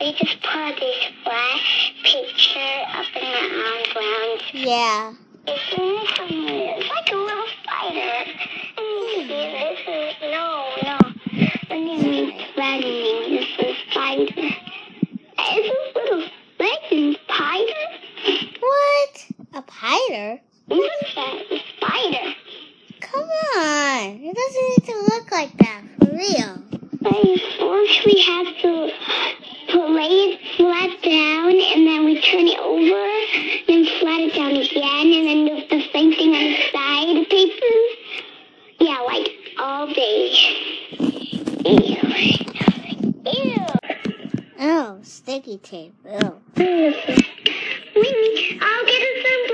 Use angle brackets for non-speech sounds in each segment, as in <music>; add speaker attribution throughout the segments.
Speaker 1: they just put this black picture up in the um, ground.
Speaker 2: Yeah.
Speaker 1: It's literally it's like a little spider. And you see, this is no, no. When you mean threatening, this is spider. It's this little threatening spider.
Speaker 2: What? A spider?
Speaker 1: Look at that spider.
Speaker 2: Come on. It doesn't need to look like that. For real.
Speaker 1: But first we have to put lay it flat down, and then we turn it over, then flat it down again, and then do the same thing on the side paper. Yeah, like all day. Ew. Ew.
Speaker 2: Oh, sticky tape. Oh.
Speaker 1: Wait, I'll get us some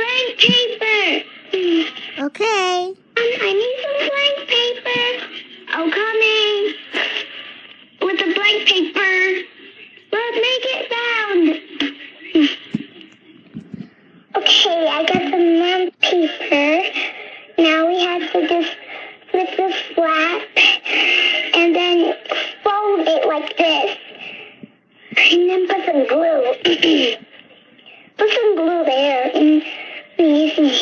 Speaker 1: blank paper.
Speaker 2: Okay.
Speaker 1: Um, I need some blank paper. Oh, coming. With the blank paper. But make it round. Okay, I got the mom paper. Now we have to just flip the flap and then fold it like this. And then put some glue. <clears throat> put some glue there Mm, and release me.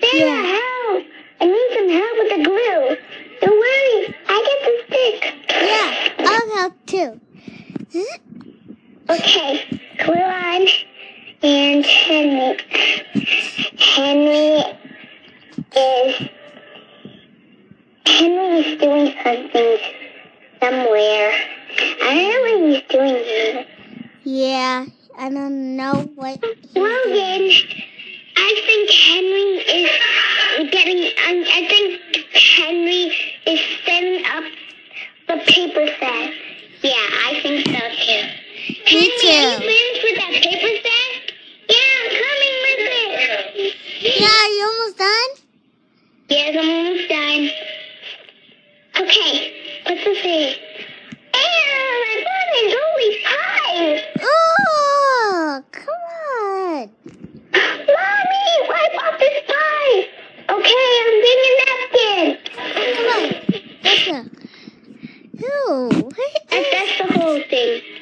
Speaker 1: Sarah,
Speaker 2: Yeah.
Speaker 1: help! I need some help with the glue. Don't worry, I get the stick.
Speaker 2: Yeah. I'll help too. Zzz.
Speaker 1: Okay, glue on and Henry. Henry is Henry is doing something somewhere. I don't know what he's doing here.
Speaker 2: Yeah. I don't know what. he's doing.
Speaker 1: Logan, I think Henry is getting. Um, I think Henry is setting up the paper set. Yeah, I think so too. Henry,
Speaker 2: too.
Speaker 1: Are you finished with that paper set? Yeah, I'm coming with it.
Speaker 2: Yeah, you almost done?
Speaker 1: Yes, I'm almost done. Okay, what's the thing? Ew, my mom is always high.
Speaker 2: Oh, come on.
Speaker 1: Mommy, wipe off this pie. Okay, I'm bringing napkin.
Speaker 2: Come on. Let's go. Ew.
Speaker 1: That, that's the whole thing.
Speaker 2: hmm,